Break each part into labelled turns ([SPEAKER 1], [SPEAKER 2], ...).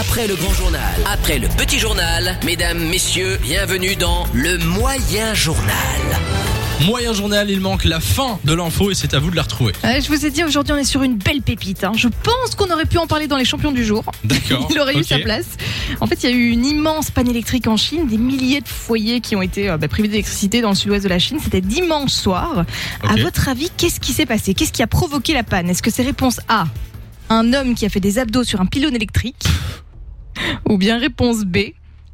[SPEAKER 1] Après le grand journal, après le petit journal, mesdames, messieurs, bienvenue dans le moyen journal.
[SPEAKER 2] Moyen journal, il manque la fin de l'info et c'est à vous de la retrouver.
[SPEAKER 3] Ouais, Euh, je vous ai dit, aujourd'hui, on est sur une belle pépite. hein. Je pense qu'on aurait pu en parler dans les champions du jour.
[SPEAKER 2] D'accord.
[SPEAKER 3] Il aurait eu
[SPEAKER 2] ok.
[SPEAKER 3] sa place. En fait, il y a eu une immense panne électrique en Chine, des milliers de foyers qui ont été euh, bah, privés d'électricité dans le sud-ouest de la Chine. C'était dimanche soir.
[SPEAKER 2] Ok.
[SPEAKER 3] À votre avis, qu'est-ce qui s'est passé Qu'est-ce qui a provoqué la panne Est-ce que c'est réponse A, un homme qui a fait des abdos sur un pylône électrique Ou bien réponse B,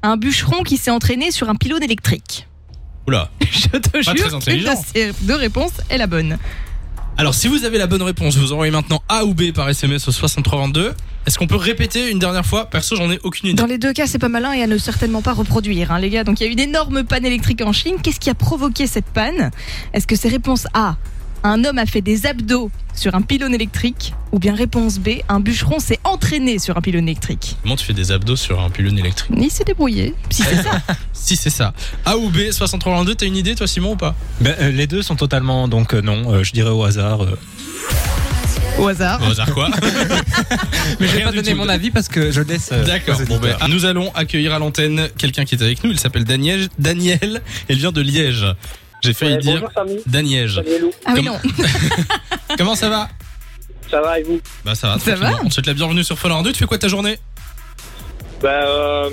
[SPEAKER 3] un bûcheron qui s'est entraîné sur un pylône électrique
[SPEAKER 2] Oula.
[SPEAKER 3] Je te
[SPEAKER 2] très
[SPEAKER 3] jure que
[SPEAKER 2] intelligent.
[SPEAKER 3] la série de réponses est la bonne.
[SPEAKER 2] Alors, si vous avez la bonne réponse, vous envoyez maintenant A ou B par SMS au 6322. Est-ce qu'on peut répéter une dernière fois Perso, j'en ai aucune idée.
[SPEAKER 3] Dans les deux cas, c'est pas malin et à ne certainement pas reproduire, hein, les gars. Donc il y a eu une énorme panne électrique en Chine. Qu'est-ce qui a provoqué cette panne Est-ce que c'est réponse A un homme a fait des abdos sur un pylône électrique Ou bien réponse B, un bûcheron s'est entraîné sur un pylône électrique
[SPEAKER 2] Comment tu fais des abdos sur un pylône électrique
[SPEAKER 3] Il s'est débrouillé. Si c'est ça.
[SPEAKER 2] Si c'est ça. A ou B, 6322, t'as une idée toi Simon ou pas
[SPEAKER 4] Ben, euh, les deux sont totalement, donc euh, non, euh, je dirais au hasard. euh.
[SPEAKER 3] Au hasard.
[SPEAKER 2] Au hasard quoi
[SPEAKER 4] Mais je vais
[SPEAKER 2] Rien
[SPEAKER 4] pas
[SPEAKER 2] du
[SPEAKER 4] donner
[SPEAKER 2] tout.
[SPEAKER 4] mon avis parce que je laisse. euh,
[SPEAKER 2] D'accord.
[SPEAKER 4] aux
[SPEAKER 2] Bon, ben,
[SPEAKER 4] auditeurs.
[SPEAKER 2] nous allons accueillir à l'antenne quelqu'un qui est avec nous. Il s'appelle Daniel. Daniel. Il vient de Liège. J'ai failli
[SPEAKER 5] Ouais,
[SPEAKER 2] dire
[SPEAKER 5] Bonjour Samy,
[SPEAKER 2] Daniège.
[SPEAKER 5] Salut Lou.
[SPEAKER 3] Ah
[SPEAKER 2] Comme-
[SPEAKER 3] oui, non.
[SPEAKER 2] Comment ça va
[SPEAKER 5] ça va et vous
[SPEAKER 2] Bah ça va.
[SPEAKER 3] Ça
[SPEAKER 2] tranquillement.
[SPEAKER 3] va
[SPEAKER 2] On te souhaite la bienvenue sur Fun 2. Tu fais quoi ta journée
[SPEAKER 5] Bah euh,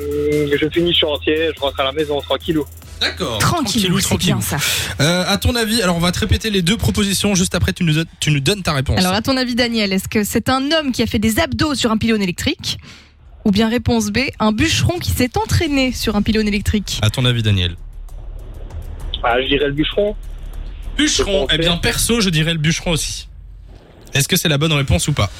[SPEAKER 5] je finis chantier, je rentre à la maison tranquillou.
[SPEAKER 2] D'accord.
[SPEAKER 3] Tranquillou, c'est
[SPEAKER 2] tranquille.
[SPEAKER 3] bien ça.
[SPEAKER 2] Euh, à ton avis, alors on va te répéter les deux propositions juste après. Tu nous, don- tu nous donnes ta réponse.
[SPEAKER 3] Alors à ton avis, Daniel, est-ce que c'est un homme qui a fait des abdos sur un pylône électrique Ou bien réponse B, un bûcheron qui s'est entraîné sur un pylône électrique
[SPEAKER 2] À ton avis, Daniel.
[SPEAKER 5] Ah, je dirais le bûcheron.
[SPEAKER 2] Bûcheron. Eh bien, perso, je dirais le bûcheron aussi. Est-ce que c'est la bonne réponse ou pas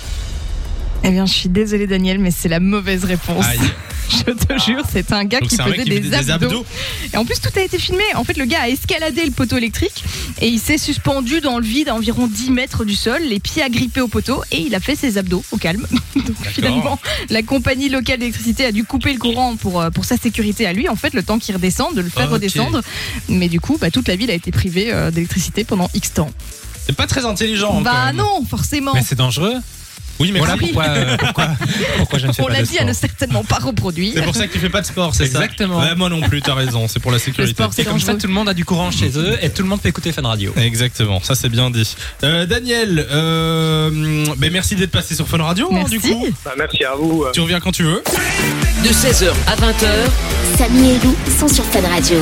[SPEAKER 3] Eh bien, je suis désolée, Daniel, mais c'est la mauvaise réponse.
[SPEAKER 2] Aïe.
[SPEAKER 3] Je te jure, c'est un gars
[SPEAKER 2] Donc
[SPEAKER 3] qui
[SPEAKER 2] c'est un
[SPEAKER 3] faisait
[SPEAKER 2] mec qui
[SPEAKER 3] des,
[SPEAKER 2] faisait des
[SPEAKER 3] abdos.
[SPEAKER 2] abdos.
[SPEAKER 3] Et en plus, tout a été filmé. En fait, le gars a escaladé le poteau électrique et il s'est suspendu dans le vide à environ 10 mètres du sol, les pieds agrippés au poteau, et il a fait ses abdos au calme. Donc finalement, la compagnie locale d'électricité a dû couper le courant pour, euh, pour sa sécurité à lui, en fait, le temps qu'il redescende, de le faire
[SPEAKER 2] Ok.
[SPEAKER 3] redescendre. Mais du coup, bah, toute la ville a été privée euh, d'électricité pendant X temps.
[SPEAKER 2] C'est pas très intelligent. hein, quand
[SPEAKER 3] bah
[SPEAKER 2] même.
[SPEAKER 3] non, forcément.
[SPEAKER 4] Mais c'est dangereux.
[SPEAKER 2] Oui, mais
[SPEAKER 4] Voilà
[SPEAKER 3] oui.
[SPEAKER 4] pourquoi, euh, pourquoi, pourquoi je ne fais
[SPEAKER 3] On
[SPEAKER 4] pas
[SPEAKER 3] l'a
[SPEAKER 4] de
[SPEAKER 3] dit à ne
[SPEAKER 4] sport.
[SPEAKER 3] certainement pas reproduire.
[SPEAKER 2] C'est pour ça que tu fais pas de sport, c'est ça
[SPEAKER 4] Exactement.
[SPEAKER 2] Ouais, moi non plus, t'as raison, c'est pour la sécurité.
[SPEAKER 3] sport, c'est
[SPEAKER 4] Et comme ça,
[SPEAKER 3] dangereux.
[SPEAKER 4] tout le monde a du courant chez eux et tout le monde peut écouter Fan Radio.
[SPEAKER 2] Exactement, ça c'est bien dit. Euh, Daniel, euh, ben merci d'être passé sur Fun Radio. hein,
[SPEAKER 3] Merci.
[SPEAKER 2] du coup.
[SPEAKER 5] Bah, merci à vous. euh.
[SPEAKER 2] Tu reviens quand tu veux.
[SPEAKER 1] De 16h à 20h,
[SPEAKER 6] Samy et Lou sont sur Fan Radio.